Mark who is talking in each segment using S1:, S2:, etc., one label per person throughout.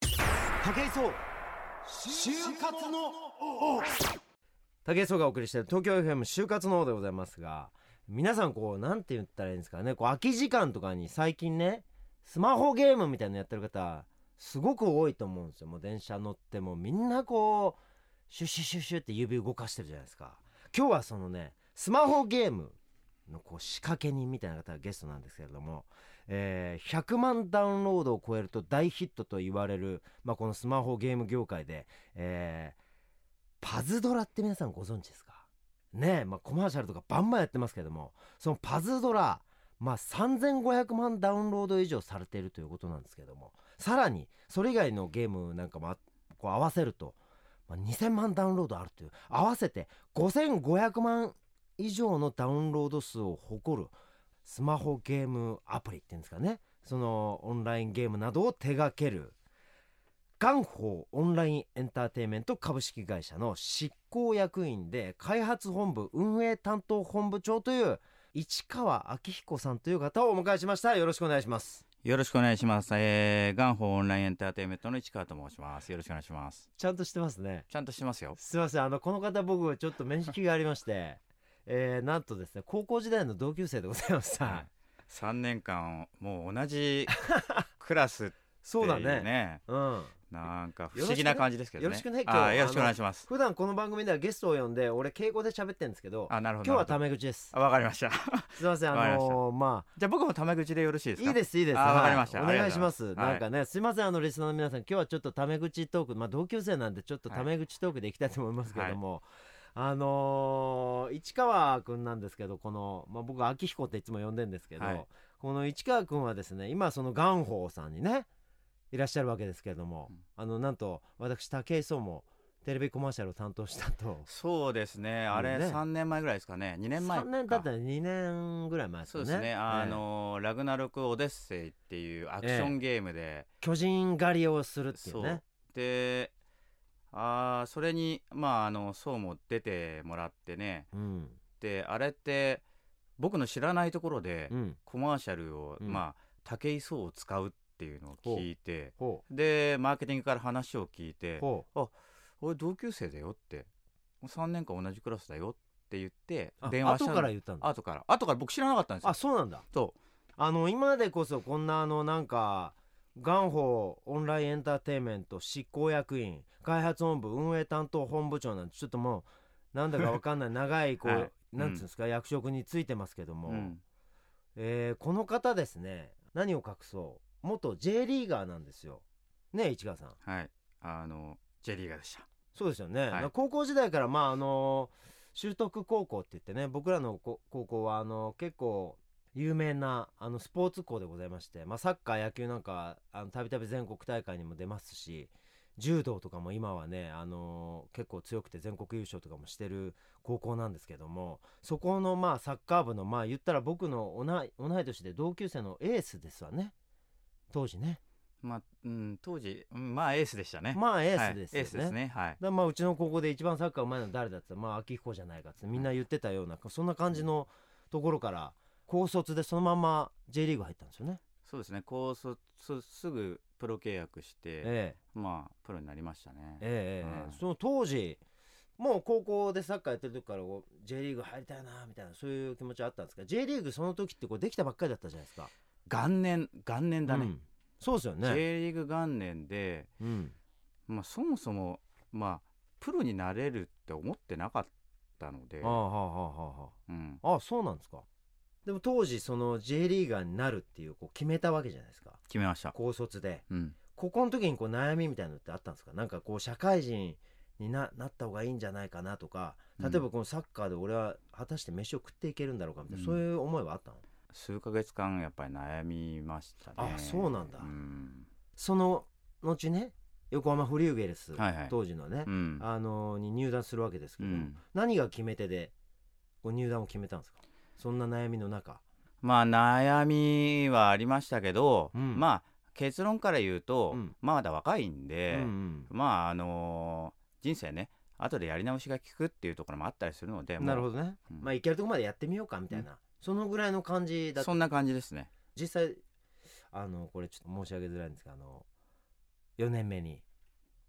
S1: 武井壮就活の王武井壮がお送りしている東京 FM 就活の王でございますが皆さんこうなんて言ったらいいんですかねこう空き時間とかに最近ねスマホゲームみたいなのやってる方すごく多いと思うんですよもう電車乗ってもみんなこうシュッシュッシュッシュッって指動かしてるじゃないですか今日はそのねスマホゲームのこう仕掛け人みたいな方がゲストなんですけれども、えー100万ダウンロードを超えると大ヒットと言われる、まあ、このスマホゲーム業界で、えーパズドラって皆さんご存知ですかねえ、まあ、コマーシャルとかバンバンやってますけどもそのパズドラ、まあ、3500万ダウンロード以上されているということなんですけどもさらにそれ以外のゲームなんかもあこう合わせると、まあ、2000万ダウンロードあるという合わせて5500万以上のダウンロード数を誇るスマホゲームアプリっていうんですかねそのオンラインゲームなどを手掛ける元宝オンラインエンターテインメント株式会社の執行役員で開発本部運営担当本部長という市川明彦さんという方をお迎えしましたよろしくお願いします
S2: よろしくお願いします。えー、ガンホオンラインエンターテインメントの市川と申します。よろしくお願いします。
S1: ちゃんとしてますね
S2: ちゃんとしてますよ。
S1: すいませんあのこの方僕ちょっと面識がありまして えー、なんとですね高校時代の同級生でございました、
S2: 3年間、もう 同じクラスって
S1: そうだ
S2: い
S1: ね
S2: ね。
S1: うん
S2: なんか不思議な感じですけどね。
S1: よろしくね今日
S2: あーよろしくお願いします。
S1: 普段この番組ではゲストを呼んで俺敬語で喋ってるんですけど
S2: あ、なるほど。
S1: 今日は
S2: な
S1: タ
S2: る
S1: メ口です
S2: ほどあわかりました。
S1: すいませんあのー、まあ
S2: じゃあ僕もタメ口でよろしいですか
S1: いいですいいです
S2: あ
S1: はい
S2: わかりました
S1: お
S2: あ
S1: 願
S2: りが
S1: い
S2: と
S1: し
S2: うござい
S1: ま
S2: ます
S1: す
S2: はい
S1: なんかねすいませんあのリスナーの皆さん今日はちょっとタメ口トークまあ同級生なんでちょっとタメ口トークでいきたいと思いますけれども、あのー市川君なんですけどこの、まあ、僕秋彦っていつも呼んでんですけど、
S2: はい
S1: この市川君はですね今その元宝さんにねいらっしゃるわけですけれども、
S2: うん
S1: あのなんと私武井壮もテレビコマーシャルを担当したと
S2: そうですね。あれ
S1: ね
S2: 3年前ぐらいですかね。2年前か。
S1: 3年経ったら2年ぐらい前です
S2: そ
S1: よ
S2: う
S1: ね
S2: ですね。あ
S1: ええ
S2: のーラグナロクオデッセイっていうアクションゲームで、
S1: 巨人狩りをするっていう
S2: そう
S1: ね
S2: であーそれにまああのそうも出てもらってね
S1: うん
S2: であれって僕の知らないところで
S1: うん
S2: コマーシャルを、
S1: うん
S2: まあ武井壮を使うっていうのを聞いて
S1: ほ
S2: でマーケティングから話を聞いて
S1: うほ
S2: 「俺同級生だよ」って「3年間同じクラスだよ」って言って
S1: うあ
S2: 電話した
S1: 後
S2: の
S1: から言ったんだ
S2: 後から後から僕知らなかったんですよ
S1: あそうなんだ
S2: そう
S1: あの今でこそこんなあのなんか元宝オンラインエンターテインメント執行役員開発本部運営担当本部長なんてちょっともうなんだかわかんない長いこう、
S2: はい
S1: なんつうんですか、役職についてますけども、
S2: うん
S1: えーこの方ですね何を隠そう元 J リーガーなんですよね市川さん
S2: はいあのジェリーガーでした
S1: そうですよね、
S2: はい
S1: 高校時代からまああの修徳高校って言ってね僕らのこ高校はあの結構有名なあのスポーツ校でございまして、まあ、サッカー野球なんかあのたびたび全国大会にも出ますし柔道とかも今はね、あの結構強くて全国優勝とかもしてる高校なんですけどもそこのまあサッカー部のまあ言ったら僕の同い同い年で同級生のエースですわね当時ね
S2: まあ、うん、当時、うんまあエースでしたね。
S1: まあエ
S2: は
S1: ー
S2: い
S1: スですよね、
S2: エースですね。はい。
S1: だまあうちの高校で一番サッカーうまいのは誰だって言ったらまあ秋彦じゃないかってみんな言ってたようなそんな感じのところから高卒でそのまま J リーグ入ったんですよね。
S2: そうですね。高卒すぐプロ契約して、
S1: え
S2: まあプロになりましたね。
S1: えええええ
S2: うん
S1: その当時もう高校でサッカーやってる時からこう J リーグ入りたいなみたいなそういう気持ちはあったんですか J リーグその時ってこうできたばっかりだったじゃないですか。
S2: 元年元年だ
S1: う
S2: ね。
S1: んそうですよね。
S2: J リーグ元年で、
S1: うん
S2: まあそもそもまあプロになれるって思ってなかったので、
S1: ああはあはあは
S2: うん、
S1: あはああそうなんですか。でも当時その J リーガーになるっていうこう決めたわけじゃないですか
S2: 決めました。
S1: 高卒で。
S2: うん。
S1: ここの時にこう悩みみたいなのってあったんですかなんかこう社会人にななった方がいいんじゃないかなとか例えばこのサッカーで俺は果たして飯を食っていけるんだろうかみたいな、
S2: うん
S1: そういう思いはあったの
S2: 数ヶ月間やっぱり悩みましたね。
S1: あそうなんだ
S2: うん。
S1: その後ね横浜フリューゲルス、
S2: はいはい
S1: 当時のね、
S2: うん。
S1: あのーに入団するわけですけ
S2: う
S1: ど、
S2: ん
S1: 何が決め手でこう入団を決めたんですかそんな悩みの中
S2: まあ悩みはありましたけど、
S1: うん
S2: まあ結論から言うと、
S1: うん
S2: まあまだ若いんで、
S1: うん
S2: まああのー人生ね後でやり直しが効くっていうところもあったりするので
S1: うんなるほ
S2: ど、
S1: どね、
S2: うん
S1: まあいけるとこまでやってみようかみたいな、そのぐらいの感じだった
S2: そんな感じですね
S1: 実際あのこれちょっと申し上げづらいんですがあの4年目に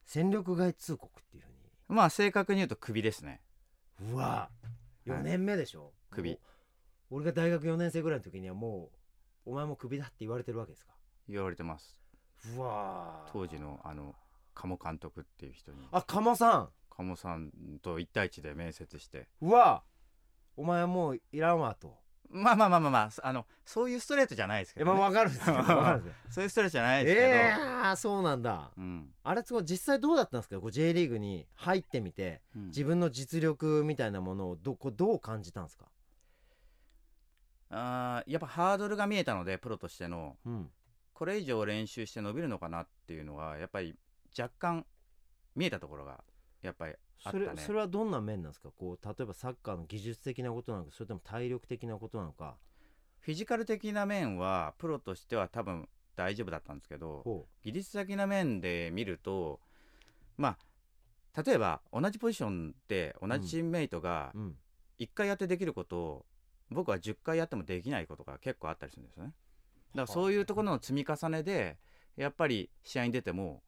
S1: 戦力外通告っていうふう
S2: まあ正確に言うと首ですね
S1: にうわ
S2: はい
S1: 4年目でしょ、
S2: クビ
S1: もう俺が大学4年生ぐらいの時にはもうお前もクビだって言われてるわけですか
S2: 言われてます
S1: うわ
S2: 当時のあの鴨監督っていう人に
S1: あ鴨さ
S2: 鴨さんと一対一で面接して
S1: んうわお前はもういらんわと
S2: まあまあまあまあまああのそういうストレートじゃないです
S1: い
S2: け
S1: や
S2: ど、
S1: まあ分
S2: ね、
S1: かるんですけ ど分かるんです
S2: そういうストレートじゃない
S1: け
S2: です
S1: ど
S2: けど、
S1: えー、そうなんだ
S2: うん
S1: あれすごい実際どうだったんですかこう J リーグに入ってみて
S2: うん
S1: 自分の実力みたいなものをどこうどう感じたんですか、
S2: あーやっぱハードルが見えたのでプロとしての
S1: うん、
S2: これ以上練習して伸びるのかなっていうのはやっぱり若干見えたところがやっぱりあっ
S1: そ
S2: た
S1: れ
S2: ね
S1: それはどんな面なんですかこう例えばサッカーの技術的なことなのかそれとも体力的なことなのか
S2: フィジカル的な面はプロとしては多分大丈夫だったんですけど
S1: ほ
S2: 技術的な面で見るとまあ例えば同じポジションで同じチームメイトが
S1: う、うん、
S2: 1回やってできることを僕は10回やってもできないことが結構あったりするんですよねだからそういうところの積み重ねでやっぱり試合に出ても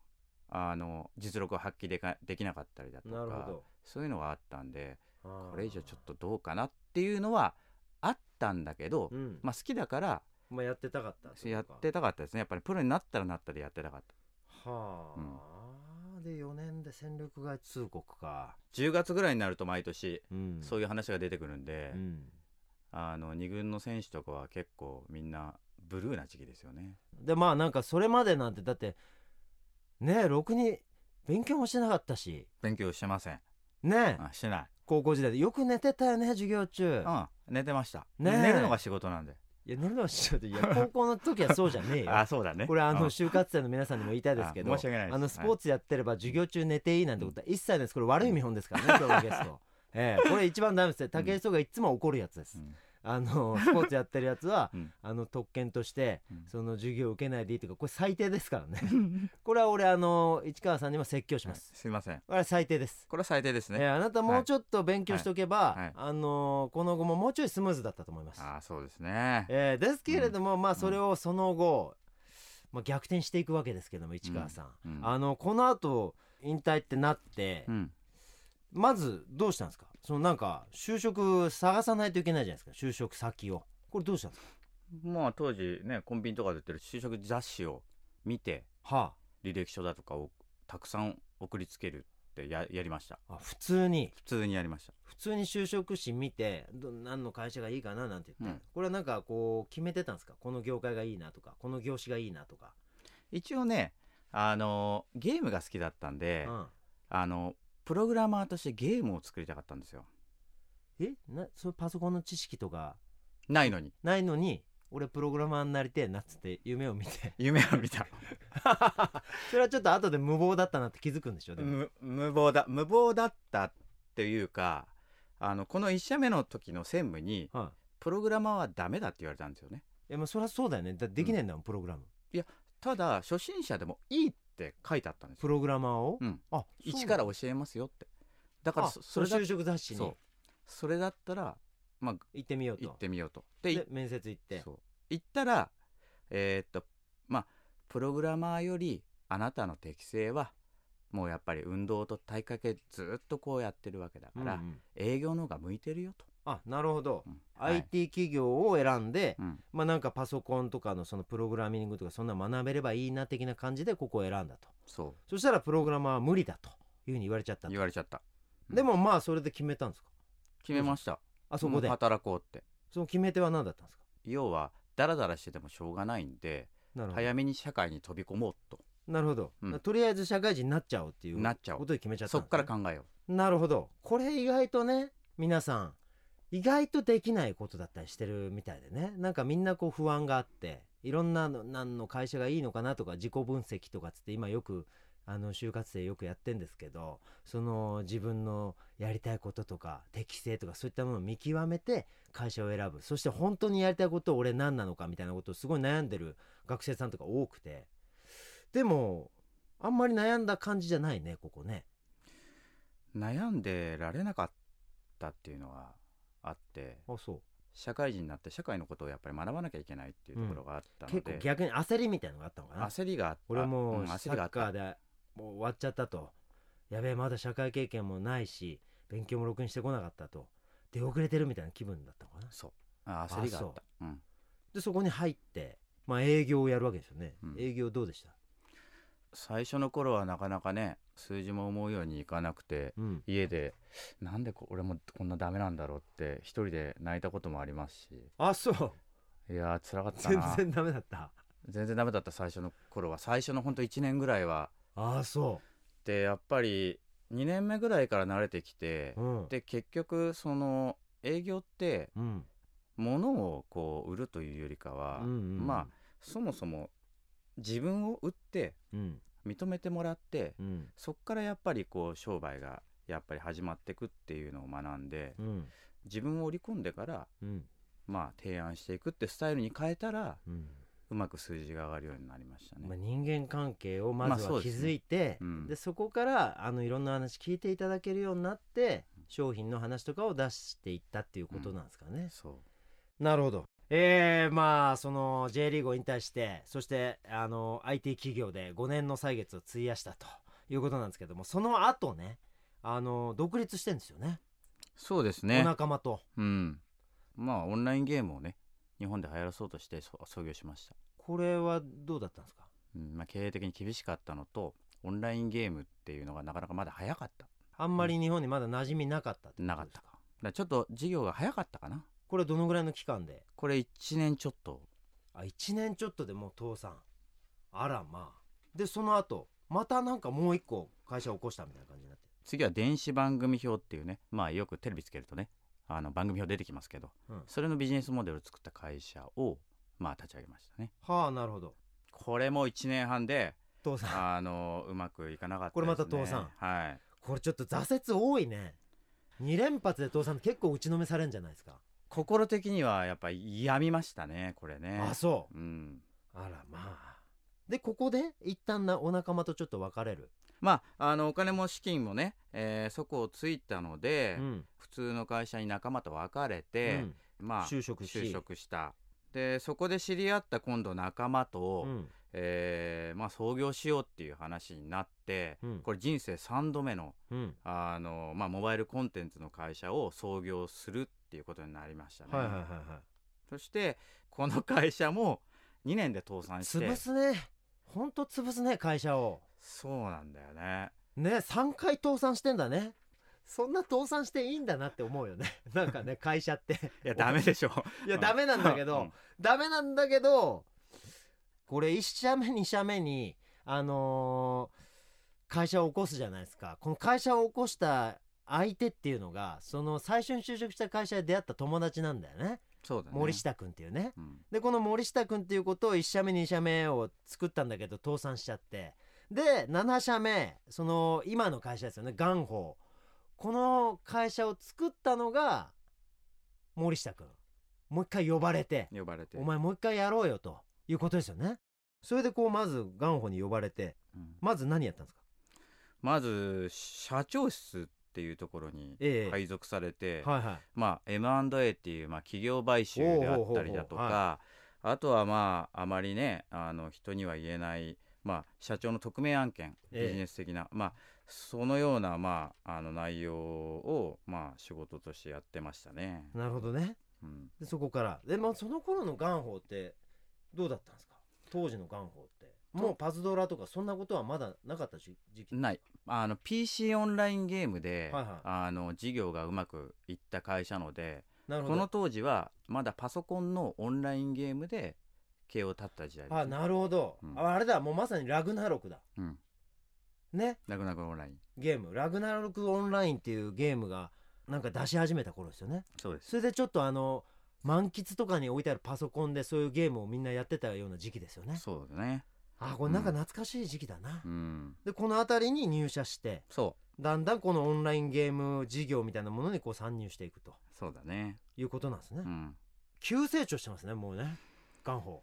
S2: あの実力を発揮でかできなかったりだと
S1: なる
S2: か
S1: ほ
S2: そういうのはあったんで
S1: ど
S2: これ以上ちょっとどうかなっていうのはあったんだけど、
S1: とうんま
S2: まあ、好きだから
S1: あ、やってたかった
S2: やってたかったですねやっぱりプロになったらなったでやってたかった
S1: はあ、で4年で戦力外通告か、
S2: 10月ぐらいになると毎年
S1: うん
S2: そう
S1: いう
S2: いう話が出てくるんで、
S1: ん
S2: あの2軍の選手とかは結構みんなブルーな時期ですよね
S1: でまあなんかそれまでなんてだってねえろくに勉強もしてなかったし
S2: 勉強してません
S1: ねえ
S2: あしてない
S1: 高校時代でよく寝てたよね授業中
S2: うん、寝てました、
S1: ねえ
S2: 寝るのが仕事なんで
S1: いや寝るのはしちゃっていや高校の時はそうじゃねえよ
S2: あそうだね
S1: これあ
S2: う
S1: の
S2: ん
S1: 就活生の皆さんにも言いたいですけど
S2: あ申し訳ないです
S1: あのスポーツやってれば授業中寝ていいなんてことは一切ですこれ悪い見本ですからね今日のゲストええこれ一番ダメですね武井壮がいつも怒るやつです
S2: うん
S1: あのスポーツやってるやつは
S2: うん
S1: あの特権として
S2: うん
S1: その授業受けないでいいというかこれ最低ですからねこれは俺あの市川さんにも説教します
S2: すいません
S1: これは最低です
S2: これは最低ですね、
S1: ええあなたもうちょっと勉強しておけ
S2: はいは
S1: ば
S2: い
S1: あのこの後ももうちょいスムーズだったと思います
S2: あそうですね
S1: えーですけれども、まあそれをその後、まあ、逆転していくわけですけども市川さん、
S2: うん
S1: あのこの後引退ってなって、
S2: うん
S1: まずどうしたんですかそのなんか就職探さないといけないじゃないですか就職先をこれどうしたんです
S2: まあ当時ねコンビニとかで売ってる就職雑誌を見て
S1: かは
S2: 履歴書だとかをたくさん送りつけるってややりました
S1: ああ普通に
S2: 普通にやりました
S1: 普通に就職誌見てど何の会社がいいかななんて言って、
S2: うん
S1: これはなんかこう決めてたんですかこの業界がいいなとかこの業種がいいなとか、
S2: 一応ねあのゲームが好きだったんで、
S1: うん、
S2: あのプログラマーとしてゲームを作りたかったんですよ
S1: えなそれパソコンの知識とか
S2: ないのに
S1: ないのに俺プログラマーになりてえなっつって夢を見て
S2: 夢を見た
S1: それはちょっと後で無謀だったなって気づくんでしょでも、
S2: む無謀だ無謀だったっていうかあのこの1社目の時の専務に
S1: はい
S2: プログラマーはダメだって言われたんですよね
S1: いやまあそりゃそうだよねだできねえんだもん、プログラム
S2: ただ初心者でもいいって書いてあったんです
S1: プ
S2: よ
S1: ログラマーを、
S2: うん
S1: あ
S2: 一から
S1: だ
S2: 教えますよってだから
S1: あ
S2: そ
S1: そ
S2: それ
S1: れ
S2: だ
S1: 就職雑誌に
S2: そうそれだったらまあ
S1: 行ってみようと
S2: 行ってみようとで
S1: で面接行って
S2: そう行ったらえーっとまあプログラマーよりあなたの適性はもうやっぱり運動と体格系ずっとこうやってるわけだか
S1: うんう
S2: ら、
S1: ん
S2: 営業の方が向いてるよと、
S1: あなるほど、
S2: うんはい
S1: IT 企業を選んで、
S2: うん
S1: まあなんかパソコンとかのそのプログラミングとかそんな学べればいいな的な感じでここを選んだと
S2: そう
S1: そしたらプログラマーは無理だというふうに言われちゃったと
S2: 言われちゃったうん
S1: でもまあそれで決めたんですか
S2: 決めました
S1: あそこで
S2: もう働こうって
S1: その決め手は何だったんですか
S2: 要はダラダラしててもしょうがないんで
S1: なるほど
S2: 早めに社会に飛び込もうと
S1: なるほど、
S2: うん
S1: とりあえず社会人になっちゃおうっていう
S2: なっちゃおう
S1: ことで決めちゃった
S2: そ
S1: んですね、
S2: っから考えよ
S1: なるほどこれ意外とね皆さん意外とできないことだったりしてるみたいでねなんかみんなこう不安があっていろんなのなんの会社がいいのかなとか自己分析とかつって今よくあの就活生よくやってんですけどその自分のやりたいこととか適性とかそういったものを見極めて会社を選ぶそして本当にやりたいこと俺何なのかみたいなことをすごい悩んでる学生さんとか多くてでもあんまり悩んだ感じじゃないねここね。
S2: う悩んでられなかったっていうのがあって
S1: あそう
S2: 社会人になって社会のことをやっぱり学ばなきゃいけないっていうところがあったので、
S1: 結構逆に焦りみたいなのがあったのかな
S2: 焦りがあった
S1: 俺も
S2: う
S1: うんサ
S2: 焦りがあ
S1: ッ
S2: っ
S1: カー
S2: た
S1: でもう終わっちゃったとやべえまだ社会経験もないし勉強もろくにしてこなかったと出遅れてるみたいな気分だったのかな
S2: そうあ焦りがあったうん、
S1: でそこに入って、まあ、営業をやるわけですよね、
S2: うん
S1: 営業どうでした、
S2: 最初の頃はなかなかね数字も思うようにいかなくて
S1: うん、
S2: 家でなんでこ俺もこんなダメなんだろうって一人で泣いたこともありますし
S1: あそう
S2: いやー辛かった
S1: 全
S2: な
S1: 然ダメだった
S2: 全然ダメだった最初の頃は最初のほんと1年ぐらいは
S1: ああそ
S2: でやっぱり2年目ぐらいから慣れてきて
S1: う、うん
S2: で結局その営業って
S1: うん
S2: 物をこう売るというよりかは、
S1: うんうん
S2: まあそもそも自分を売って
S1: うん
S2: 認めてもらって
S1: うん
S2: そっからやっぱりこう商売がやっぱり始まってくっていうのを学んで
S1: うん
S2: 自分を織り込んでから
S1: うん
S2: まあ提案していくってスタイルに変えたら
S1: うん
S2: うまく数字が上がるようになりましたね。
S1: まあ、人間関係をまず
S2: まあそ
S1: は
S2: う
S1: 気
S2: ですね
S1: づいて、
S2: うん
S1: でそこからあのいろんな話聞いていただけるようになって商品の話とかを出していったっていうことなんですかね。
S2: そう
S1: なるほど。えー、まあその J リーグを引退してそしてあの IT 企業で5年の歳月を費やしたということなんですけどもその後ねあの独立してんですよね
S2: そうです
S1: お
S2: ね。
S1: 仲間と。
S2: うん、まあオンラインゲームをね日本で流行らそうとしてそ創業しました、
S1: これはどうだったんですか
S2: うんまあ、経営的に厳しかったのとオンラインゲームっていうのがなかなかまだ早かった
S1: あんまり日本にまだ馴染みなかったってことです
S2: なかったかだからちょっと事業が早かったかな
S1: これはどのぐらいの期間で
S2: これ1年ちょっと
S1: あ1年ちょっとでもう倒産あらまあでその後またなんかもう一個会社を起こしたみたいな感じになって
S2: 次は電子番組表っていうねまあよくテレビつけるとねあの番組表出てきますけど、
S1: うん
S2: それのビジネスモデルを作った会社をまあ立ち上げましたね
S1: はあなるほど
S2: これも1年半で
S1: 倒産
S2: あのうまくいかなかった
S1: これまた
S2: ですね
S1: 倒産
S2: はい
S1: これちょっと挫折多いね2連発で倒産って結構打ちのめされるんじゃないですか、
S2: 心的にはやっぱり病みましたねこれね
S1: あそう
S2: うん、
S1: あらまあでここで一旦なお仲間とちょっと別れる、
S2: まああのお金も資金もね、えー、底をついたので、
S1: うん
S2: 普通の会社に仲間と別れて、まあ
S1: 就職し
S2: 就職したでそこで知り合った今度仲間と、
S1: うん
S2: えーまあ、創業しようっていう話になって、
S1: うん
S2: これ人生3度目の
S1: うん
S2: あの、まあ、モバイルコンテンツの会社を創業するっていうことになりましたね、
S1: はいはいはいは
S2: そしてこの会社も2年で倒
S1: い
S2: 産して
S1: 潰すねほんと潰すね会社を
S2: そうなんだよね
S1: ね3回倒産してんだねそんな倒産していいんだなって思うよね なんかね会社って
S2: いやダメでしょ
S1: いやダメなんだけど、
S2: うん
S1: ダメなんだけどこれ1社目2社目にあのー会社を起こすじゃないですかこの会社を起こした相手っていうのがその最初に就職した会社で出会った友達なんだよね
S2: そうだね
S1: 森下君っていうね
S2: うん
S1: でこの森下君っていうことを1社目2社目を作ったんだけど倒産しちゃってで7社目その今の会社ですよね元宝この会社を作ったのが森下君もう一回呼ばれて
S2: 呼ばれて
S1: お前もう一回やろうよということですよねそれでこうまず元宝に呼ばれて
S2: うん
S1: まず何やったんですか
S2: まず社長室っていうところに
S1: ええ
S2: 配属されて、
S1: はいはい
S2: まあ、M&A っていう、まあ、企業買収であったりだと
S1: おうおうおうおう
S2: かあとはまああまりねあの人には言えない、まあ、社長の匿名案件
S1: ええ
S2: ビジネス的な、まあ、そのような、まあ、あの内容を、まあ、仕事としてやってましたね。
S1: なるほどね
S2: うん
S1: でそこからでまあその頃の元宝ってどうだったんですか当時の元宝ってもうパズドラとかそんなことはまだなかった時時期
S2: ないあの PC オンラインゲームで、
S1: はいはい
S2: あの事業がうまくいった会社ので
S1: なるほ
S2: この
S1: ど
S2: 当時はまだパソコンのオンラインゲームで経営を立った時代です、
S1: あなるほど、
S2: うん
S1: ああれだもうまさにラグナロクだ
S2: うん、
S1: ね
S2: なくなくオンライン
S1: ゲームラグナロクオンラインっていうゲームがなんか出し始めた頃ですよね
S2: そうです
S1: それでちょっとあの満喫とかに置いてあるパソコンでそういうゲームをみんなやってたような時期ですよね
S2: そうだね
S1: あこれなんか懐かしい時期だな、
S2: うん
S1: でこの辺りに入社して
S2: そ
S1: だんだんこのオンラインゲーム事業みたいなものにこう参入していくと
S2: うそうだね
S1: いうことなんですね、
S2: うん
S1: 急成長してますねもうね元宝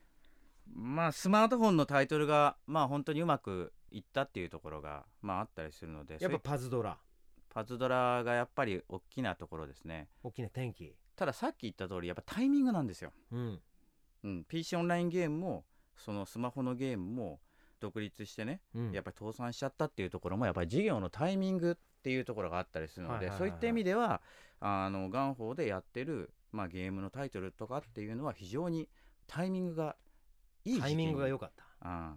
S2: まあスマートフォンのタイトルがまあ本当にうまくいったっていうところがまああったりするので
S1: やっ
S2: そうい
S1: ぱ
S2: う
S1: パズドラ
S2: パズドラがやっぱり大きなところですね
S1: 大きな天気
S2: たださっき言った通りやっぱタイミングなんですよ、
S1: うん
S2: うん、PC オンラインゲームもそのスマホのゲームも独立してね
S1: うん
S2: やっぱり倒産しちゃったっていうところもやっぱり事業のタイミングっていうところがあったりするの
S1: はい
S2: で
S1: はいはいはい
S2: そういった意味ではあのガンホーでやってる、まあ、ゲームのタイトルとかっていうのは非常にタイミングがいい時期に
S1: タイミングが良かった
S2: うん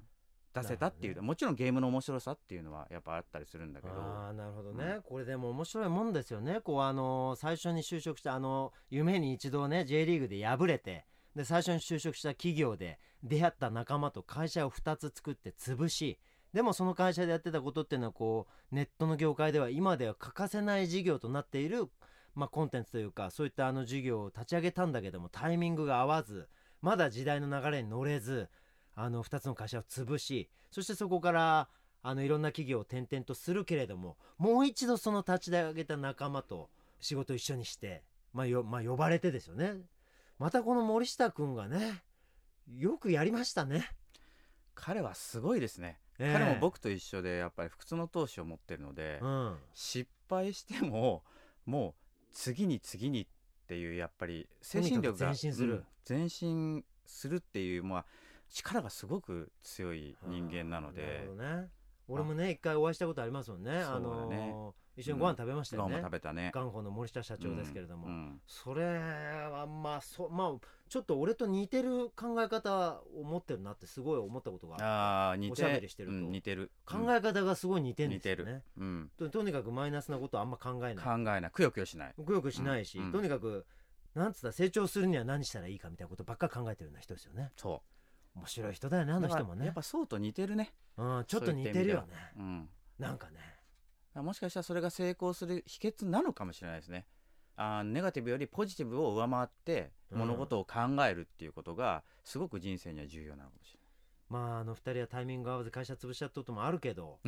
S2: 出せたって
S1: な
S2: い
S1: る
S2: う、
S1: ほど
S2: もちろんゲームの面白さっていうのはやっぱあったりするんだけど
S1: ああなるほどね、これでも面白いもんですよねこうあのー最初に就職したあの夢に一度ね J リーグで敗れてで最初に就職した企業で出会った仲間と会社を2つ作って潰しでもその会社でやってたことっていうのはこうネットの業界では今では欠かせない事業となっている、まあ、コンテンツというかそういったあの事業を立ち上げたんだけどもタイミングが合わずまだ時代の流れに乗れずあの2つの会社を潰しそしてそこからあのいろんな企業を転々とするけれどももう一度その立ち上げた仲間と仕事を一緒にして、まあ、よまあ呼ばれてですよねまたこの森下君がねよくやりましたね、
S2: 彼はすごいですね、
S1: ええ
S2: 彼も、僕と一緒でやっぱり不屈の闘志を持ってるので、
S1: うん、
S2: 失敗してももう次に次にっていうやっぱり精神力が
S1: とにかく前進する
S2: うん前進するっていうまあ力がすごく強い人間なの
S1: な
S2: で
S1: るほどね俺もね一回お会いしたことありますもんねあ
S2: そうだね
S1: の一緒にご飯食べました
S2: ご
S1: よ
S2: 飯
S1: ね、
S2: も食べたね
S1: 元保の森下社長ですけれども、
S2: うんうん
S1: それはまあそまあちょっと俺と似てる考え方を持ってるなってすごい思ったことが
S2: ああ似
S1: お
S2: て
S1: しゃべりしてる
S2: う
S1: と
S2: ん似てる
S1: 考え方がすごい似てるんですよね
S2: 似て。うん
S1: ととにかくマイナスなことはあんま考え
S2: 考
S1: ない。
S2: えないくよくよしない
S1: くよくしないし、
S2: うん
S1: とにかく、なんつったら成長するには何したらいいかみたいなことばっか考えてるような人ですよね。
S2: そ
S1: 面白い人だよね、あ
S2: う
S1: の人も
S2: だからや
S1: ね
S2: っ。ぱそうと似てるね
S1: うん、ちょっと似てるよね。
S2: うん
S1: なんかね。
S2: もしかしたらそれが成功する秘訣なのかもしれないですね。あーネガティブよりポジティブを上回って
S1: うん
S2: 物事を考えるっていうことがすごく人生には重要なのかもしれない。
S1: まあ、あの二人はタイミング合わず会社潰しちゃったこともあるけ ど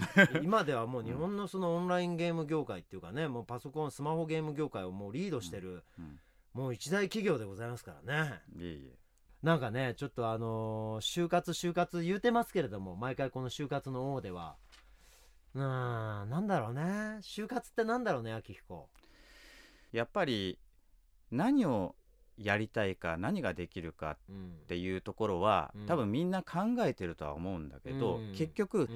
S1: 今ではもう日本のそのオンラインゲーム業界っていうかねもうパソコンスマホゲーム業界をもうリードしてる、
S2: うん
S1: もう一大企業でございますからね。
S2: いえいえ。
S1: なんかねちょっとあのー就活就活言うてますけれども毎回この就活の王ではうーんなんだろうね就活ってなんだろうね秋彦
S2: やっぱり何をやりたいか何ができるか
S1: うん
S2: っていうところは、
S1: うん
S2: 多分みんな考えてるとは思うんだけど、
S1: うん
S2: 結
S1: う
S2: 局
S1: ん、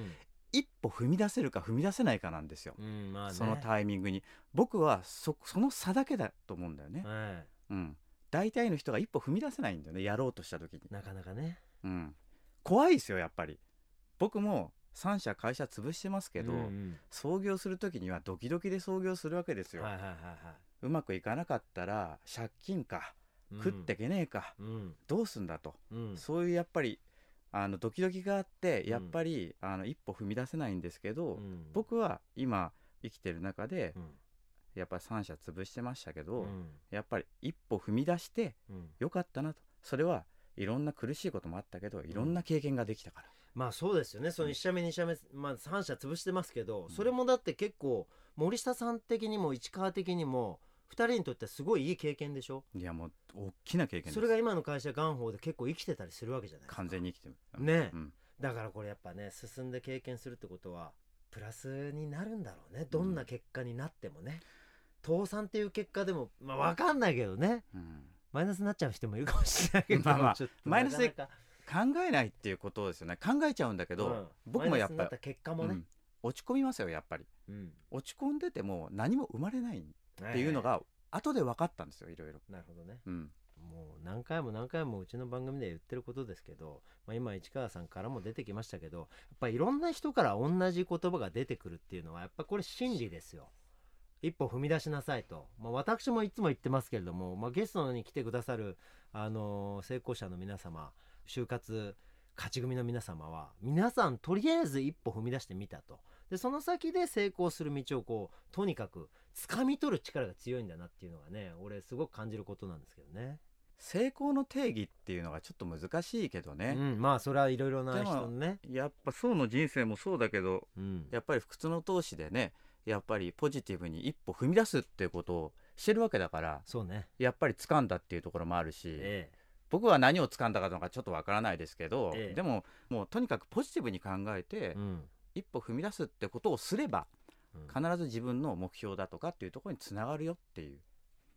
S2: 一歩踏み出せるか踏み出せないかなんですよ。
S1: うんまあね
S2: そのタイミングに僕はそその差だけだと思うんだよね、
S1: え
S2: うん、大体の人が一歩踏み出せないんだよねやろうとした時に
S1: えなかなかね
S2: うん、怖いですよやっぱり僕も3社会社潰してますけど、
S1: うんうん
S2: 創業する時にはドキドキで創業するわけですよ、
S1: はいはいはいは
S2: うまくいかなかったら借金か、
S1: い
S2: 食ってけねえか
S1: うん
S2: どうすんだと、
S1: うん
S2: そういうやっぱりあのドキドキがあって
S1: ん
S2: やっぱり、あの一歩踏み出せないんですけど、
S1: うん
S2: 僕は今生きてる中で
S1: うん
S2: やっぱり3社潰してましたけ
S1: う
S2: ど、
S1: ん
S2: やっぱり一歩踏み出して
S1: うん
S2: よかったなとそれはいろんな苦しいこともあったけどいろんな経験ができたから。
S1: まあそうですよねその
S2: うん
S1: 1社目2社目、まあ、3社潰してますけど、
S2: うん
S1: それもだって結構森下さん的にも市川的にも2人にとってはすごいいい経験でしょ
S2: いやもう大きな経験です
S1: それが今の会社元宝で結構生きてたりするわけじゃないですか
S2: 完全に生きてる
S1: ね
S2: うん
S1: だからこれやっぱね進んで経験するってことはプラスになるんだろうねどんな結果になってもね、倒産っていう結果でもまあ分かんないけどね
S2: うん
S1: マイナスになっちゃう人もいるかもしれないけど、
S2: まあまあ
S1: ちょっと
S2: マイナスで
S1: なかなか
S2: 考えないっていうことですよね考えちゃうんだけど、
S1: うん
S2: 僕も
S1: マイナ
S2: やっ
S1: スにな
S2: ぱ
S1: た
S2: り、
S1: 結果もね
S2: う、ん落ち込みますよやっぱり
S1: うん
S2: 落ち込んでても何も生まれないっ
S1: って
S2: いうのが後で分かったんですよいろいろ、
S1: なるほどね
S2: うん、
S1: もう何回も何回もうちの番組では言ってることですけど、まあ、今市川さんからも出てきましたけどやっぱいろんな人から同じ言葉が出てくるっていうのはやっぱこれ真理ですよ。一歩踏み出しなさいと、まあ、私もいつも言ってますけれども、まあ、ゲストに来てくださる、あのー成功者の皆様就活勝ち組の皆様は皆さんとりあえず一歩踏み出してみたとでその先で成功する道をこうとにかく掴み取る力が強いんだなっていうのがね俺すごく感じることなんですけどね。
S2: 成功の定義っていうのがちょっと難しいけど
S1: う
S2: ね、
S1: ん、まあそれはいろいろな人のね、
S2: やっぱそうの人生もそうだけど
S1: うん、
S2: やっぱり不屈の闘志でねやっぱりポジティブに一歩踏み出すっていうことをしてるわけだから
S1: そうね、
S2: やっぱり掴んだっていうところもあるし、
S1: え
S2: 僕は何を掴んだかとかちょっとわからないですけど、
S1: ええ
S2: でももうとにかくポジティブに考えて
S1: え、うん、
S2: 一歩踏み出すってことをすれば
S1: うん
S2: 必ず自分の目標だとかっていうところにつながるよっていう、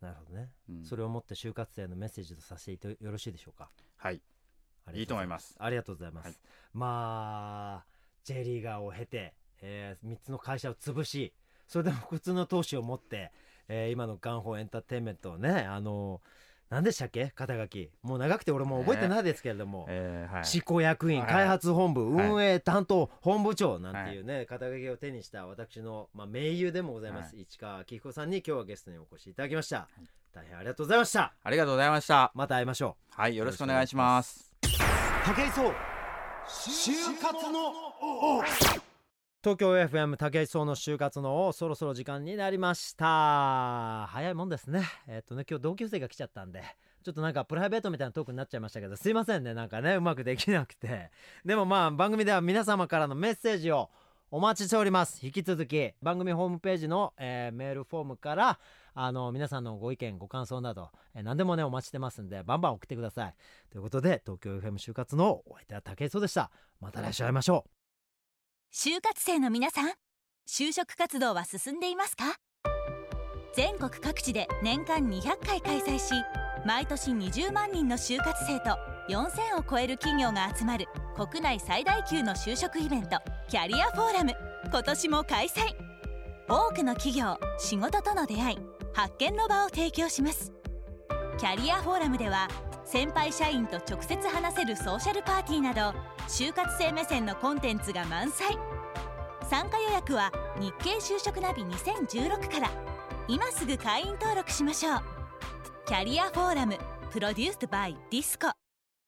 S1: なるほどね、
S2: うん
S1: それをもって就活生のメッセージとさせてよろしいでしょうか。
S2: はい
S1: ありがござ
S2: いいと思います
S1: ありがとうございます。
S2: はい
S1: まあ J リーガーを経て、えー、3つの会社を潰しそれでも普通の投資を持って、えー今のガンホーエンターテインメントをねあのー何でしたっけ肩書きもう長くて俺もう覚えてないですけれども、
S2: えーはい、
S1: 執行役員、
S2: はい
S1: 開発本部、
S2: はい
S1: 運営担当本部長なんていうね、肩書きを手にした私の、まあ、盟友でもございます、市川貴彦さんに今日はゲストにお越しいただきました、大変ありがとうございました
S2: ありがとうございました
S1: また会いましょう
S2: はいよろしくお願いします
S1: 武井壮就活の東京 FM 武井壮の就活の王そろそろ時間になりました早いもんですねえっとね今日同級生が来ちゃったんでちょっとなんかプライベートみたいなトークになっちゃいましたけどすいませんねなんかねうまくできなくてでもまあ番組では皆様からのメッセージをお待ちしております引き続き番組ホームページの、えーメールフォームからあの皆さんのご意見ご感想など、えー何でもねお待ちしてますんでバンバン送ってくださいということで東京 FM 就活のお相手は武井壮でしたまた来週会いましょう
S3: 就活生の皆さん就職活動は進んでいますか全国各地で年間200回開催し毎年20万人の就活生と4000を超える企業が集まる国内最大級の就職イベントキャリアフォーラム今年も開催多くの企業仕事との出会い発見の場を提供しますキャリアフォーラムでは先輩社員と直接話せるソーシャルパーティーなど就活生目線のコンテンツが満載参加予約は「日経就職ナビ2016」から今すぐ会員登録しましょうキャリアフォーラムプロデュースドバイディスコ